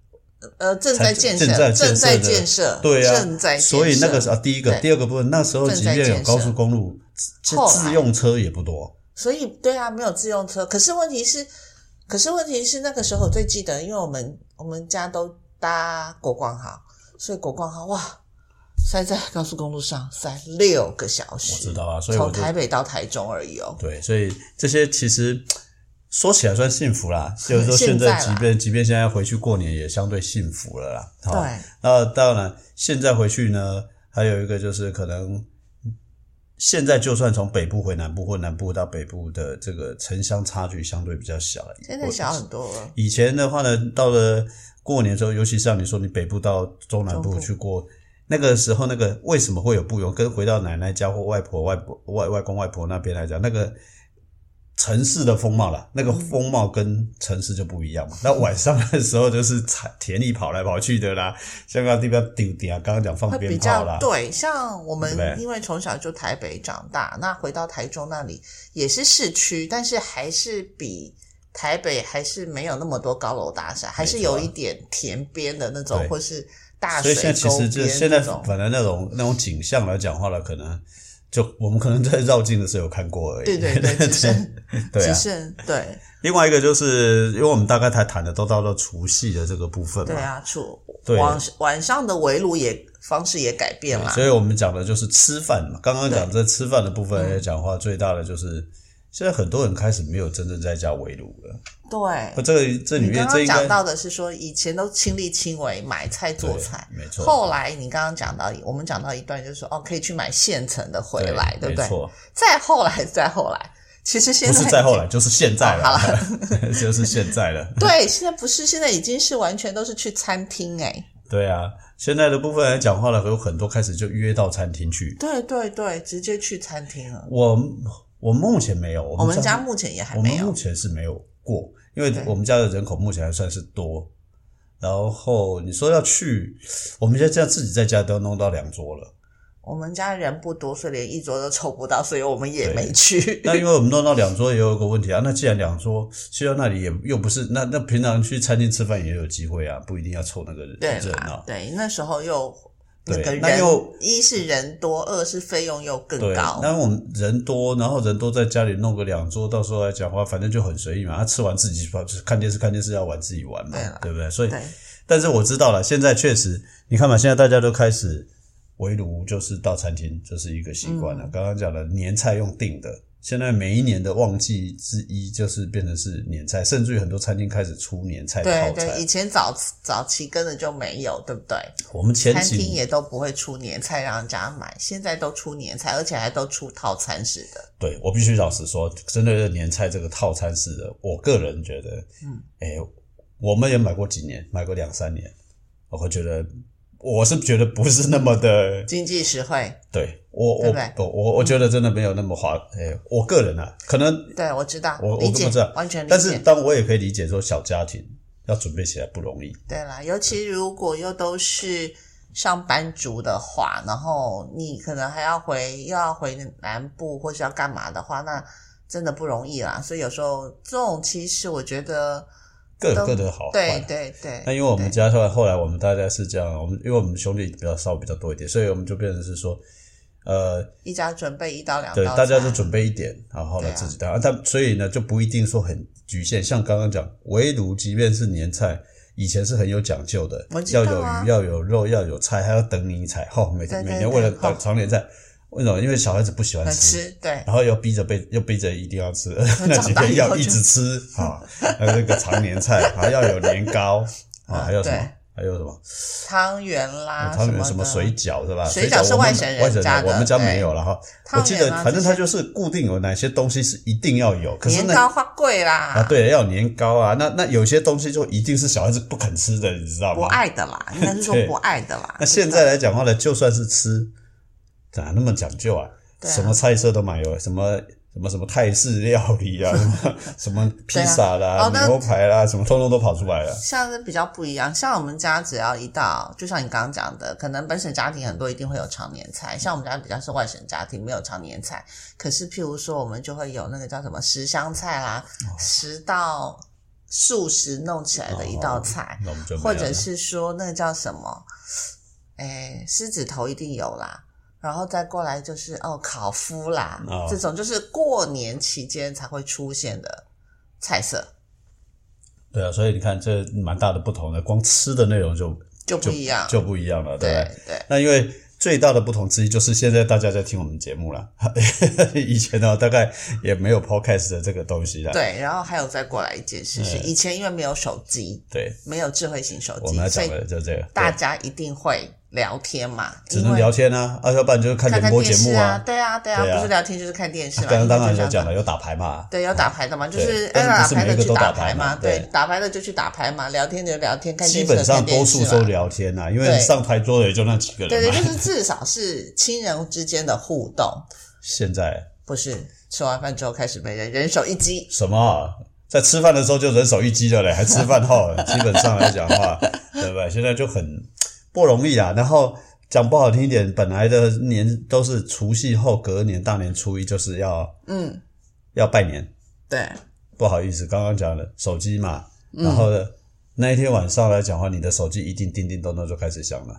Speaker 1: 呃正在
Speaker 2: 才
Speaker 1: 建设，
Speaker 2: 正在建设
Speaker 1: 正
Speaker 2: 的
Speaker 1: 在建设，
Speaker 2: 对呀、
Speaker 1: 正在建设
Speaker 2: 所以那个时候，第一个
Speaker 1: 对、
Speaker 2: 第二个部分，那时候
Speaker 1: 正
Speaker 2: 即
Speaker 1: 在
Speaker 2: 便有
Speaker 1: 建设
Speaker 2: 高速公路，自
Speaker 1: 后来
Speaker 2: 自用车也不多。
Speaker 1: 所以对啊，没有自用车。可是问题是，可是问题是那个时候我最记得，因为我们我们家都搭国光号，所以国光号哇塞在高速公路上塞六个小时，
Speaker 2: 我知道啊所以我
Speaker 1: 从
Speaker 2: 就
Speaker 1: 台北到台中而已哦。
Speaker 2: 对，所以这些其实说起来算幸福啦，就是说现在
Speaker 1: 现在
Speaker 2: 即
Speaker 1: 啦
Speaker 2: 便即便现在回去过年也相对幸福了啦。好
Speaker 1: 对，
Speaker 2: 那当然现在回去呢，还有一个就是可能现在就算从北部回南部或南部到北部的这个城乡差距相对比较小了，
Speaker 1: 现在
Speaker 2: 我
Speaker 1: 小很多了。
Speaker 2: 以前的话呢，到了过年之后，尤其像你说你北部到中南
Speaker 1: 中
Speaker 2: 部
Speaker 1: 部
Speaker 2: 去过，那个时候那个为什么会有不一样？跟回到奶奶家或外婆、外婆、外外公、外婆那边来讲，那个城市的风貌啦，那个风貌跟城市就不一样嘛。那晚上的时候就是田田里跑来跑去的啦，香港地方丢丢啊，刚刚讲放
Speaker 1: 会比
Speaker 2: 鞭炮
Speaker 1: 较
Speaker 2: 啦，
Speaker 1: 对，像我们
Speaker 2: 对不对
Speaker 1: 因为从小就台北长大，那回到台中那里也是市区，但是还是比台北还是没有那么多高楼大厦，还是有一点田边的那种
Speaker 2: 对，
Speaker 1: 或是大
Speaker 2: 所以
Speaker 1: 水
Speaker 2: 现在其
Speaker 1: 沟
Speaker 2: 实就
Speaker 1: 边
Speaker 2: 现在
Speaker 1: 那种。
Speaker 2: 反正那种那种景象来讲话了，可能就我们可能在绕境的时候有看过而已。
Speaker 1: 对对
Speaker 2: [laughs]
Speaker 1: 对，只剩
Speaker 2: 对
Speaker 1: 只。
Speaker 2: 啊
Speaker 1: 剩对
Speaker 2: 另外一个就是，因为我们大概才谈的都到了除夕的这个部分嘛，
Speaker 1: 对啊，除
Speaker 2: 对
Speaker 1: 晚晚上的围炉也方式也改变了，
Speaker 2: 所以我们讲的就是吃饭嘛。刚刚讲这吃饭的部分
Speaker 1: 对
Speaker 2: 来讲的话，最大的就是现在很多人开始没有真正在家围炉了。不，
Speaker 1: 对。
Speaker 2: 这个这里
Speaker 1: 你
Speaker 2: 面
Speaker 1: 刚
Speaker 2: 这
Speaker 1: 刚
Speaker 2: 应该
Speaker 1: 讲到的是说，以前都亲力亲为买菜做
Speaker 2: 对
Speaker 1: 菜，
Speaker 2: 没错。
Speaker 1: 后来你刚刚讲到，我们讲到一段，就是说哦，可以去买现成的回来，对不
Speaker 2: 没
Speaker 1: 对？
Speaker 2: 错，
Speaker 1: 再后来，再后来，其实现
Speaker 2: 不
Speaker 1: 在
Speaker 2: 是再后来，就是现在
Speaker 1: 哦好
Speaker 2: 了， [laughs] 就是现在了。
Speaker 1: 对，现在不是，现在已经是完全都是去餐厅哎、
Speaker 2: 对啊，现在的部分来讲话了，有很多开始就约到餐厅去。
Speaker 1: 对对对，直接去餐厅了。
Speaker 2: 我我目前没有，我
Speaker 1: 我们
Speaker 2: 家
Speaker 1: 家目前也还
Speaker 2: 我们
Speaker 1: 没有
Speaker 2: 目，前是没有过，因为
Speaker 1: 对
Speaker 2: 我们家的人口目前还算是多。然后你说要去，我们现在这样自己在家都弄到两桌了。
Speaker 1: 我们家人不多，所以连一桌都凑不到，所以我们也
Speaker 2: 对
Speaker 1: 没去。
Speaker 2: [laughs] 那因为我们弄到两桌也有一个问题啊，那既然两桌去到那里也又不是，那那平常去餐厅吃饭也有机会啊，不一定要凑那个
Speaker 1: 对
Speaker 2: 热
Speaker 1: 啦
Speaker 2: 闹，。
Speaker 1: 对，那时候又那
Speaker 2: 哦对
Speaker 1: 个
Speaker 2: 那
Speaker 1: 人
Speaker 2: 又，
Speaker 1: 一是人多，二是费用又更
Speaker 2: 对，
Speaker 1: 高。
Speaker 2: 那我们人多，然后人多在家里弄个两桌，到时候来讲话，反正就很随意嘛。他吃完自己就是看电视，看电视要玩自己玩嘛
Speaker 1: 对啦，
Speaker 2: 对不对？所以
Speaker 1: 对，
Speaker 2: 但是我知道了，现在确实，你看嘛，现在大家都开始围炉，就是到餐厅，这、是一个习惯了。
Speaker 1: 嗯
Speaker 2: 刚刚讲的年菜用订的，现在每一年的旺季之一就是变成是年菜，甚至于很多餐厅开始出年 [laughs] 菜
Speaker 1: 对
Speaker 2: 套
Speaker 1: 对，以
Speaker 2: 餐。
Speaker 1: 前早早期根本就没有，对不对？
Speaker 2: 我们前
Speaker 1: 餐
Speaker 2: 几
Speaker 1: 厅
Speaker 2: 年
Speaker 1: 也都不会出年菜让人家买，现在都出年菜，而且还都出套餐式的。
Speaker 2: 对我必须老实说，针对这年菜这个套餐式的，我个人觉得，
Speaker 1: 嗯，
Speaker 2: 哎、我们也买过几年，买过两三年，我会觉得。我是觉得不是那么的
Speaker 1: 经济实惠。
Speaker 2: 对我
Speaker 1: 对不
Speaker 2: 我
Speaker 1: 对
Speaker 2: 我我我觉得真的没有那么划，诶、我个人啊，可能，
Speaker 1: 对，我知道，
Speaker 2: 我我
Speaker 1: 理解
Speaker 2: 根本知道，
Speaker 1: 完全理解。
Speaker 2: 但是当我也可以理解说小家庭要准备起来不容易，
Speaker 1: 对啦，尤其如果又都是上班族的话，然后你可能还要回又要回南部或是要干嘛的话，那真的不容易啦。所以有时候这种其实我觉得，
Speaker 2: 各有
Speaker 1: 都
Speaker 2: 各的好坏
Speaker 1: 对
Speaker 2: 啊。
Speaker 1: 对对。
Speaker 2: 那因为我们
Speaker 1: 对
Speaker 2: 家后来后来我们大家是这样，啊我们因为我们兄弟比较稍微比较多一点，所以我们就变成是说，呃，
Speaker 1: 一家准备一啊到两道
Speaker 2: 对，
Speaker 1: 菜，
Speaker 2: 大家就准备一点，然后呢
Speaker 1: 对啊
Speaker 2: 自己带。啊但所以呢，就不一定说很局限。像刚刚讲，围炉即便是年菜，以前是很有讲究的，
Speaker 1: 我知道
Speaker 2: 要有
Speaker 1: 啊
Speaker 2: 鱼，要有肉，要有菜，还要等你采。 [laughs] 哈、每
Speaker 1: 对对
Speaker 2: 每年为了
Speaker 1: 对
Speaker 2: 等
Speaker 1: 哦
Speaker 2: 长年菜，为什么？因为小孩子不喜欢
Speaker 1: 能
Speaker 2: 吃。
Speaker 1: 吃对。
Speaker 2: 然后又逼着被又逼着一定要吃， [laughs] 那几
Speaker 1: 长大
Speaker 2: 天
Speaker 1: 以后
Speaker 2: 要一
Speaker 1: 就
Speaker 2: 直吃啊，还有那个常年菜，还要有年糕啊，
Speaker 1: 啊
Speaker 2: 还有什
Speaker 1: [laughs]
Speaker 2: 么
Speaker 1: 对？
Speaker 2: 还有什么？
Speaker 1: 汤圆啦，
Speaker 2: 呃他们有什
Speaker 1: 啊什
Speaker 2: 么
Speaker 1: 么的
Speaker 2: 水饺是吧？
Speaker 1: 水饺是
Speaker 2: 我们
Speaker 1: 外省人
Speaker 2: 外省
Speaker 1: 家的
Speaker 2: 我们家没
Speaker 1: 对
Speaker 2: 有了哈。我
Speaker 1: 汤
Speaker 2: 记得
Speaker 1: 圆啊
Speaker 2: 反正它
Speaker 1: 这些
Speaker 2: 就是固定有哪些东西是一定要有，可是
Speaker 1: 年糕
Speaker 2: 那
Speaker 1: 花贵啦，
Speaker 2: 啊，对，要有年糕啊，那那有些东西就一定是小孩子不肯吃的，你知道
Speaker 1: 不
Speaker 2: 吗？
Speaker 1: 爱的
Speaker 2: [laughs]
Speaker 1: 啦，应该是说
Speaker 2: 对
Speaker 1: 不爱的啦。
Speaker 2: 那现在来讲话呢，就算是吃，哪那么讲究啊？
Speaker 1: 对啊
Speaker 2: 什么菜色都买有，什么。什么什么泰式料
Speaker 1: [laughs]
Speaker 2: 理啊，什么什么披萨啦、
Speaker 1: 哦那
Speaker 2: 牛排啦，什么通通都跑出来了。
Speaker 1: 像是比较不一样，像我们家只要一到，就像你刚刚讲的，可能本省家庭很多一定会有常年菜，像我们家比较是外省家庭没有常年菜，可是譬如说我们就会有那个叫什么十香菜啦，
Speaker 2: 哦
Speaker 1: 十道素食弄起来的一
Speaker 2: 哦
Speaker 1: 道菜，
Speaker 2: 那我们就没有
Speaker 1: 或
Speaker 2: 了
Speaker 1: 者是说那个叫什么，哎，狮子头一定有啦。然后再过来就是哦，烤麸啦，
Speaker 2: 哦
Speaker 1: 这种就是过年期间才会出现的菜色
Speaker 2: 对啊，所以你看这蛮大的不同的，光吃的内容就
Speaker 1: 就不一样，
Speaker 2: 就不一样了，对不对？
Speaker 1: 啊对对
Speaker 2: 那因为最大的不同之一就是现在大家在听我们节目了， [laughs] 以前呢、大概也没有 podcast 的这个东西啦。
Speaker 1: 对，然后还有再过来一件事是，以前因为没有手机，
Speaker 2: 对，
Speaker 1: 没有智慧型手
Speaker 2: 哎我
Speaker 1: 机
Speaker 2: 们要，
Speaker 1: 所
Speaker 2: 讲
Speaker 1: 以
Speaker 2: 的就这个，
Speaker 1: 大
Speaker 2: 对
Speaker 1: 家一定会聊天嘛，
Speaker 2: 只
Speaker 1: 因
Speaker 2: 能
Speaker 1: 为
Speaker 2: 聊天啊，啊，要不然就是看
Speaker 1: 看
Speaker 2: 点
Speaker 1: 看
Speaker 2: 播
Speaker 1: 电
Speaker 2: 节
Speaker 1: 视
Speaker 2: 目
Speaker 1: 啊，对啊，对啊，
Speaker 2: 对啊啊
Speaker 1: 不是聊天就是看电视嘛。
Speaker 2: 刚刚
Speaker 1: 因为
Speaker 2: 当然
Speaker 1: 就
Speaker 2: 有
Speaker 1: 这
Speaker 2: 讲
Speaker 1: 样
Speaker 2: 了，
Speaker 1: 嘛，
Speaker 2: 有打牌嘛，
Speaker 1: 对，有打牌的嘛，就
Speaker 2: 对
Speaker 1: 是
Speaker 2: 但
Speaker 1: 哎，打
Speaker 2: 是不是
Speaker 1: 牌
Speaker 2: 每
Speaker 1: 的
Speaker 2: 个
Speaker 1: 去
Speaker 2: 都
Speaker 1: 打
Speaker 2: 打牌嘛
Speaker 1: 嘛，
Speaker 2: 对
Speaker 1: 打牌的就去打牌嘛，聊天就聊天，看
Speaker 2: 基
Speaker 1: 电视
Speaker 2: 本
Speaker 1: 就
Speaker 2: 上
Speaker 1: 看
Speaker 2: 多
Speaker 1: 电
Speaker 2: 数
Speaker 1: 视
Speaker 2: 都
Speaker 1: 嘛。
Speaker 2: 聊天呐、因为
Speaker 1: 对
Speaker 2: 上台桌的也就那几个
Speaker 1: 对
Speaker 2: 人
Speaker 1: 对，就
Speaker 2: 嘛。
Speaker 1: 是至少是亲人之间的互动，
Speaker 2: 现在
Speaker 1: 不是吃完饭之后开始每人人手一机。
Speaker 2: 什么啊、在吃饭的时候就人手一机了嘞，还吃饭后， [laughs] 基本上来讲的话，对不对？现在就很不容易啊。然后讲不好听一点，本来的年都是除夕后隔年大年初一就是要
Speaker 1: 嗯，
Speaker 2: 要拜年，
Speaker 1: 对，
Speaker 2: 不好意思，刚刚讲了手机嘛，
Speaker 1: 嗯
Speaker 2: 然后呢，那一天晚上来讲的话，你的手机一定叮叮咚咚就开始响了。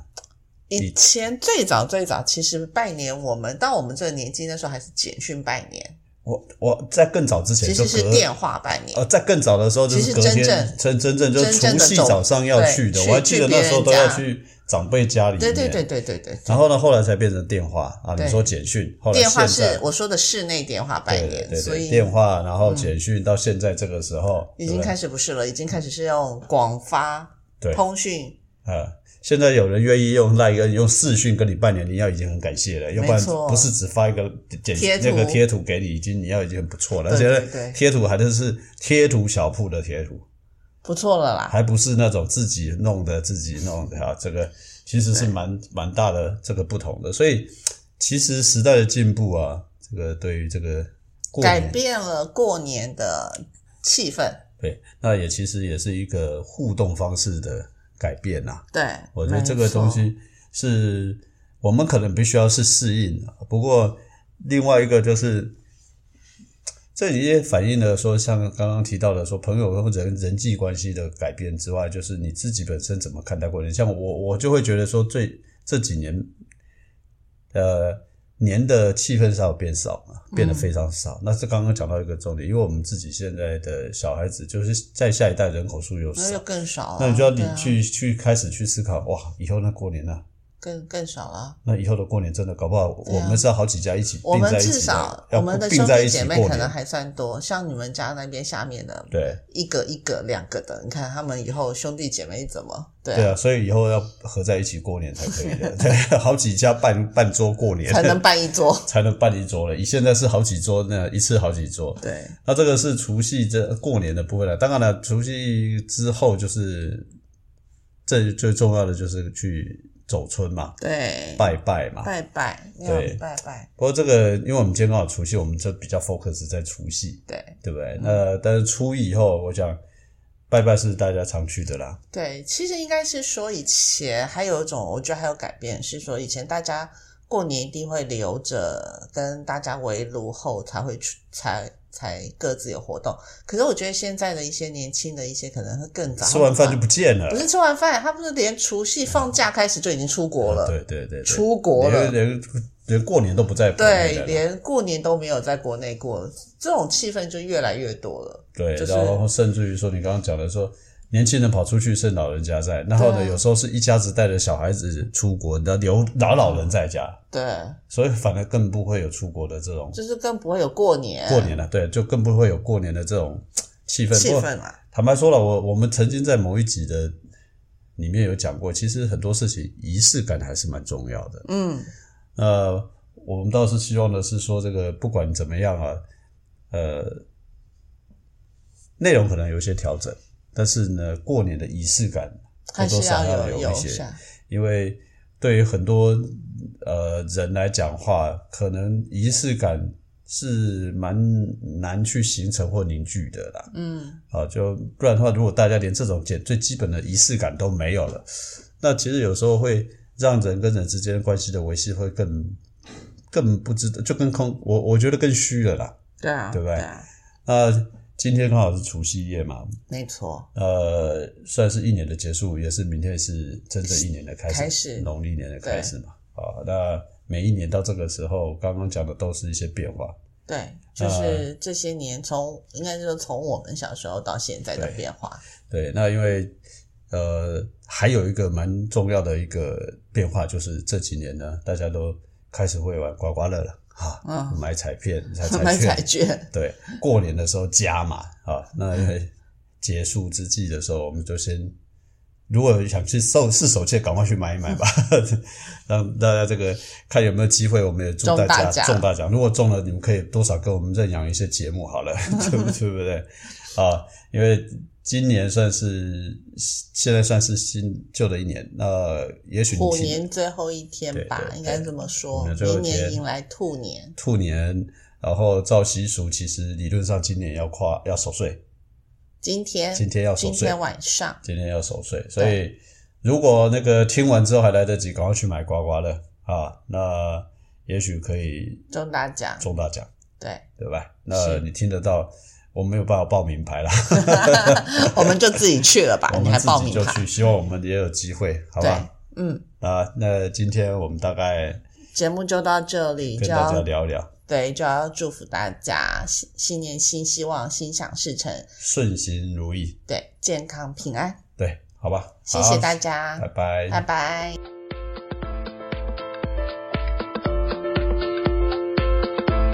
Speaker 1: 以前最早最早，其实拜年我们到我们这个年纪那时候还是简讯拜年，
Speaker 2: 我我在更早之前
Speaker 1: 其
Speaker 2: 就
Speaker 1: 实是
Speaker 2: 隔
Speaker 1: 电话拜年。
Speaker 2: 呃，在更早的时候就
Speaker 1: 其
Speaker 2: 是
Speaker 1: 实
Speaker 2: 隔
Speaker 1: 真
Speaker 2: 天
Speaker 1: 正
Speaker 2: 真真正就是
Speaker 1: 真正
Speaker 2: 除
Speaker 1: 的
Speaker 2: 夕
Speaker 1: 走
Speaker 2: 早上要
Speaker 1: 对
Speaker 2: 去的，
Speaker 1: 去
Speaker 2: 我还记
Speaker 1: 去
Speaker 2: 得
Speaker 1: 别
Speaker 2: 那时候
Speaker 1: 人
Speaker 2: 都要
Speaker 1: 家
Speaker 2: 去长辈家里面。
Speaker 1: 对对对对对对，
Speaker 2: 然后呢，后来才变成电话啊，你
Speaker 1: 对
Speaker 2: 说简讯，后来
Speaker 1: 电话
Speaker 2: 现在
Speaker 1: 是我说的室内电话拜
Speaker 2: 对
Speaker 1: 年，
Speaker 2: 对对
Speaker 1: 所
Speaker 2: 对，
Speaker 1: 以嗯
Speaker 2: 电话，然后简讯，到现在这个时候
Speaker 1: 已经
Speaker 2: 对
Speaker 1: 开始不是了，已经开始是用广发
Speaker 2: 对
Speaker 1: 通讯，
Speaker 2: 不对呃，现在有人愿意用赖跟用视讯跟你拜年，你要已经很感谢了，要不然
Speaker 1: 没错
Speaker 2: 不是只发一个简
Speaker 1: 贴图
Speaker 2: 那个贴图给你，已经你要已经很不错了，而
Speaker 1: 对
Speaker 2: 且
Speaker 1: 对
Speaker 2: 呢
Speaker 1: 对
Speaker 2: 贴图还都是贴图小铺的贴图，
Speaker 1: 不错了啦。
Speaker 2: 还不是那种自己弄的自己弄的啊，这个其实是蛮蛮大的这个不同的，所以其实时代的进步啊，这个对于这个过
Speaker 1: 改
Speaker 2: 年。
Speaker 1: 变了过年的气氛，
Speaker 2: 对，那也其实也是一个互动方式的改变啊呐、
Speaker 1: 对，
Speaker 2: 我觉得这个
Speaker 1: 没错
Speaker 2: 东西是我们可能必须要是适应的，不过另外一个就是。这里也反映了说，像刚刚提到的说，朋友或者人际关系的改变之外，就是你自己本身怎么看待过年。像我，我就会觉得说最，这几年，呃，年的气氛上有变少嘛，变得非常少。那是刚刚讲到一个重点，因为我们自己现在的小孩子，就是在下一代人口数又
Speaker 1: 那
Speaker 2: 少
Speaker 1: 就，更少了。
Speaker 2: 那你就要你
Speaker 1: 对啊
Speaker 2: 去、去开始去思考，哇，以后那过年啊，
Speaker 1: 更更少了。
Speaker 2: 那以后的过年真的搞不好，
Speaker 1: 对啊
Speaker 2: 我们是要好几家一起
Speaker 1: 我
Speaker 2: 并
Speaker 1: 们
Speaker 2: 在一
Speaker 1: 至
Speaker 2: 起
Speaker 1: 少
Speaker 2: 的，要
Speaker 1: 我们的
Speaker 2: 并
Speaker 1: 兄
Speaker 2: 在
Speaker 1: 弟
Speaker 2: 一起
Speaker 1: 姐妹
Speaker 2: 过
Speaker 1: 可能
Speaker 2: 年。
Speaker 1: 还啊算多，像你们家那边下面的，
Speaker 2: 对
Speaker 1: 一个一个两个的，你看他们以后兄弟姐妹怎么？对
Speaker 2: 对
Speaker 1: 啊，
Speaker 2: 啊，所以以后要合在一起过年才可以
Speaker 1: [laughs]
Speaker 2: 的。对，好几家办办桌过年
Speaker 1: 才能办一桌。
Speaker 2: [laughs] 才能办一桌了。以现在是好几桌，那一次好几桌。
Speaker 1: 对，
Speaker 2: 那这个是除夕这呃过年的部分了。当然了，除夕之后就是最最重要的就是去走村嘛，
Speaker 1: 对，
Speaker 2: 拜拜嘛。
Speaker 1: 拜拜，
Speaker 2: 对
Speaker 1: 要拜拜，
Speaker 2: 不过这个，因为我们今天刚好除夕，我们就比较 focus 在除夕。
Speaker 1: 对
Speaker 2: 对不对？那但是初一以后，我想拜拜是大家常去的啦。
Speaker 1: 对。其实应该是说以前还有一种，我觉得还有改变是说以前大家过年一定会留着跟大家围炉后才会出才才各自有活动。可是我觉得现在的一些年轻的一些可能会更早
Speaker 2: 吃完饭就不见了
Speaker 1: 不。是吃完饭，他不是连除夕放假开始就已经出国了，
Speaker 2: 啊对对对，对
Speaker 1: 出国了
Speaker 2: 连连连过年都不在国内
Speaker 1: 对
Speaker 2: 了，
Speaker 1: 连过年都没有在国内过，这种气氛就越来越多了。
Speaker 2: 对，
Speaker 1: 就是
Speaker 2: 然后甚至于说你刚刚讲的说。年轻人跑出去剩老人家在，然后呢，
Speaker 1: 对啊
Speaker 2: 有时候是一家子带着小孩子出国，然后留老老人在家，
Speaker 1: 对，
Speaker 2: 所以反而更不会有出国的这种
Speaker 1: 就是更不会有过年
Speaker 2: 过年了、对，就更不会有过年的这种气氛。
Speaker 1: 气
Speaker 2: 不过
Speaker 1: 氛啦。
Speaker 2: 坦白说了，我我们曾经在某一集的里面有讲过，其实很多事情仪式感还是蛮重要的。
Speaker 1: 嗯，
Speaker 2: 呃，我们倒是希望的是说，这个不管怎么样啊，呃，内容可能有一些调整，但是呢，过年的仪式感
Speaker 1: 还
Speaker 2: 多多
Speaker 1: 是
Speaker 2: 少少
Speaker 1: 要
Speaker 2: 有
Speaker 1: 有
Speaker 2: 一
Speaker 1: 一
Speaker 2: 些
Speaker 1: 下，
Speaker 2: 因为对于很多呃人来讲话，可能仪式感是蛮难去形成或凝聚的啦。
Speaker 1: 嗯，
Speaker 2: 啊，就不然的话，如果大家连这种简最基本的仪式感都没有了，那其实有时候会让人跟人之间关系的维系会更更不知道，就更空，我我觉得更虚了啦。
Speaker 1: 对啊，
Speaker 2: 对不对
Speaker 1: 啊
Speaker 2: 那今天刚好是除夕夜嘛，
Speaker 1: 没错，
Speaker 2: 呃，算是一年的结束，也是明天是真正一年的开始，
Speaker 1: 开始
Speaker 2: 农历年的开始嘛。啊，那每一年到这个时候，刚刚讲的都是一些变化，呃
Speaker 1: 对，就是这些年从应该就是从我们小时候到现在的
Speaker 2: 对
Speaker 1: 变化，
Speaker 2: 对，那因为呃，还有一个蛮重要的一个变化，就是这几年呢，大家都开始会玩刮刮乐了啊，
Speaker 1: 嗯
Speaker 2: 买彩片、买
Speaker 1: [laughs] 买
Speaker 2: 彩券
Speaker 1: 彩，券，
Speaker 2: 对，过年的时候加码啊，那因为结束之际的时候，我们就先，如果想去售试手借，赶快去买一买吧， [laughs] 让大家这个看有没有机会，我们也祝
Speaker 1: 中
Speaker 2: 大家
Speaker 1: 大奖
Speaker 2: 中大奖。如果中了，你们可以多少给我们认养一些节目好了， [laughs] 对不对不对？啊，因为今年算是现在算是新旧的一年，那、也许你
Speaker 1: 虎
Speaker 2: 听
Speaker 1: 年最后一天吧
Speaker 2: 对，对
Speaker 1: 应该这么说
Speaker 2: 我，们最后一
Speaker 1: 明
Speaker 2: 天
Speaker 1: 年迎来兔年，
Speaker 2: 兔年，然后照习俗，其实理论上今年要跨要守岁。
Speaker 1: 今天
Speaker 2: 今天要守岁
Speaker 1: 今天晚上
Speaker 2: 今天要守岁，所以如果那个听完之后还来得及，赶快去买刮刮乐啊，那也许可以
Speaker 1: 中大奖，
Speaker 2: 中大奖， [laughs]
Speaker 1: 对，
Speaker 2: 对吧？那你听得到，我没有办法报名牌啦，
Speaker 1: 我们就自己去了吧，
Speaker 2: [laughs]
Speaker 1: 啊
Speaker 2: 我
Speaker 1: 你
Speaker 2: 们
Speaker 1: 还
Speaker 2: 自
Speaker 1: 报
Speaker 2: 己
Speaker 1: 名
Speaker 2: 就
Speaker 1: 牌？
Speaker 2: 去，希望我们也有机会，好
Speaker 1: 对
Speaker 2: 吧？，
Speaker 1: 嗯，
Speaker 2: 啊，那今天我们大概
Speaker 1: 节目就到这里，
Speaker 2: 跟
Speaker 1: 就
Speaker 2: 大家
Speaker 1: 要
Speaker 2: 聊一聊，
Speaker 1: 对，就要祝福大家新新年新希望，心想事成，
Speaker 2: 顺心如意，
Speaker 1: 对，健康平安，
Speaker 2: 对，好吧？
Speaker 1: 谢谢
Speaker 2: 好
Speaker 1: 大家，
Speaker 2: 拜拜
Speaker 1: 拜拜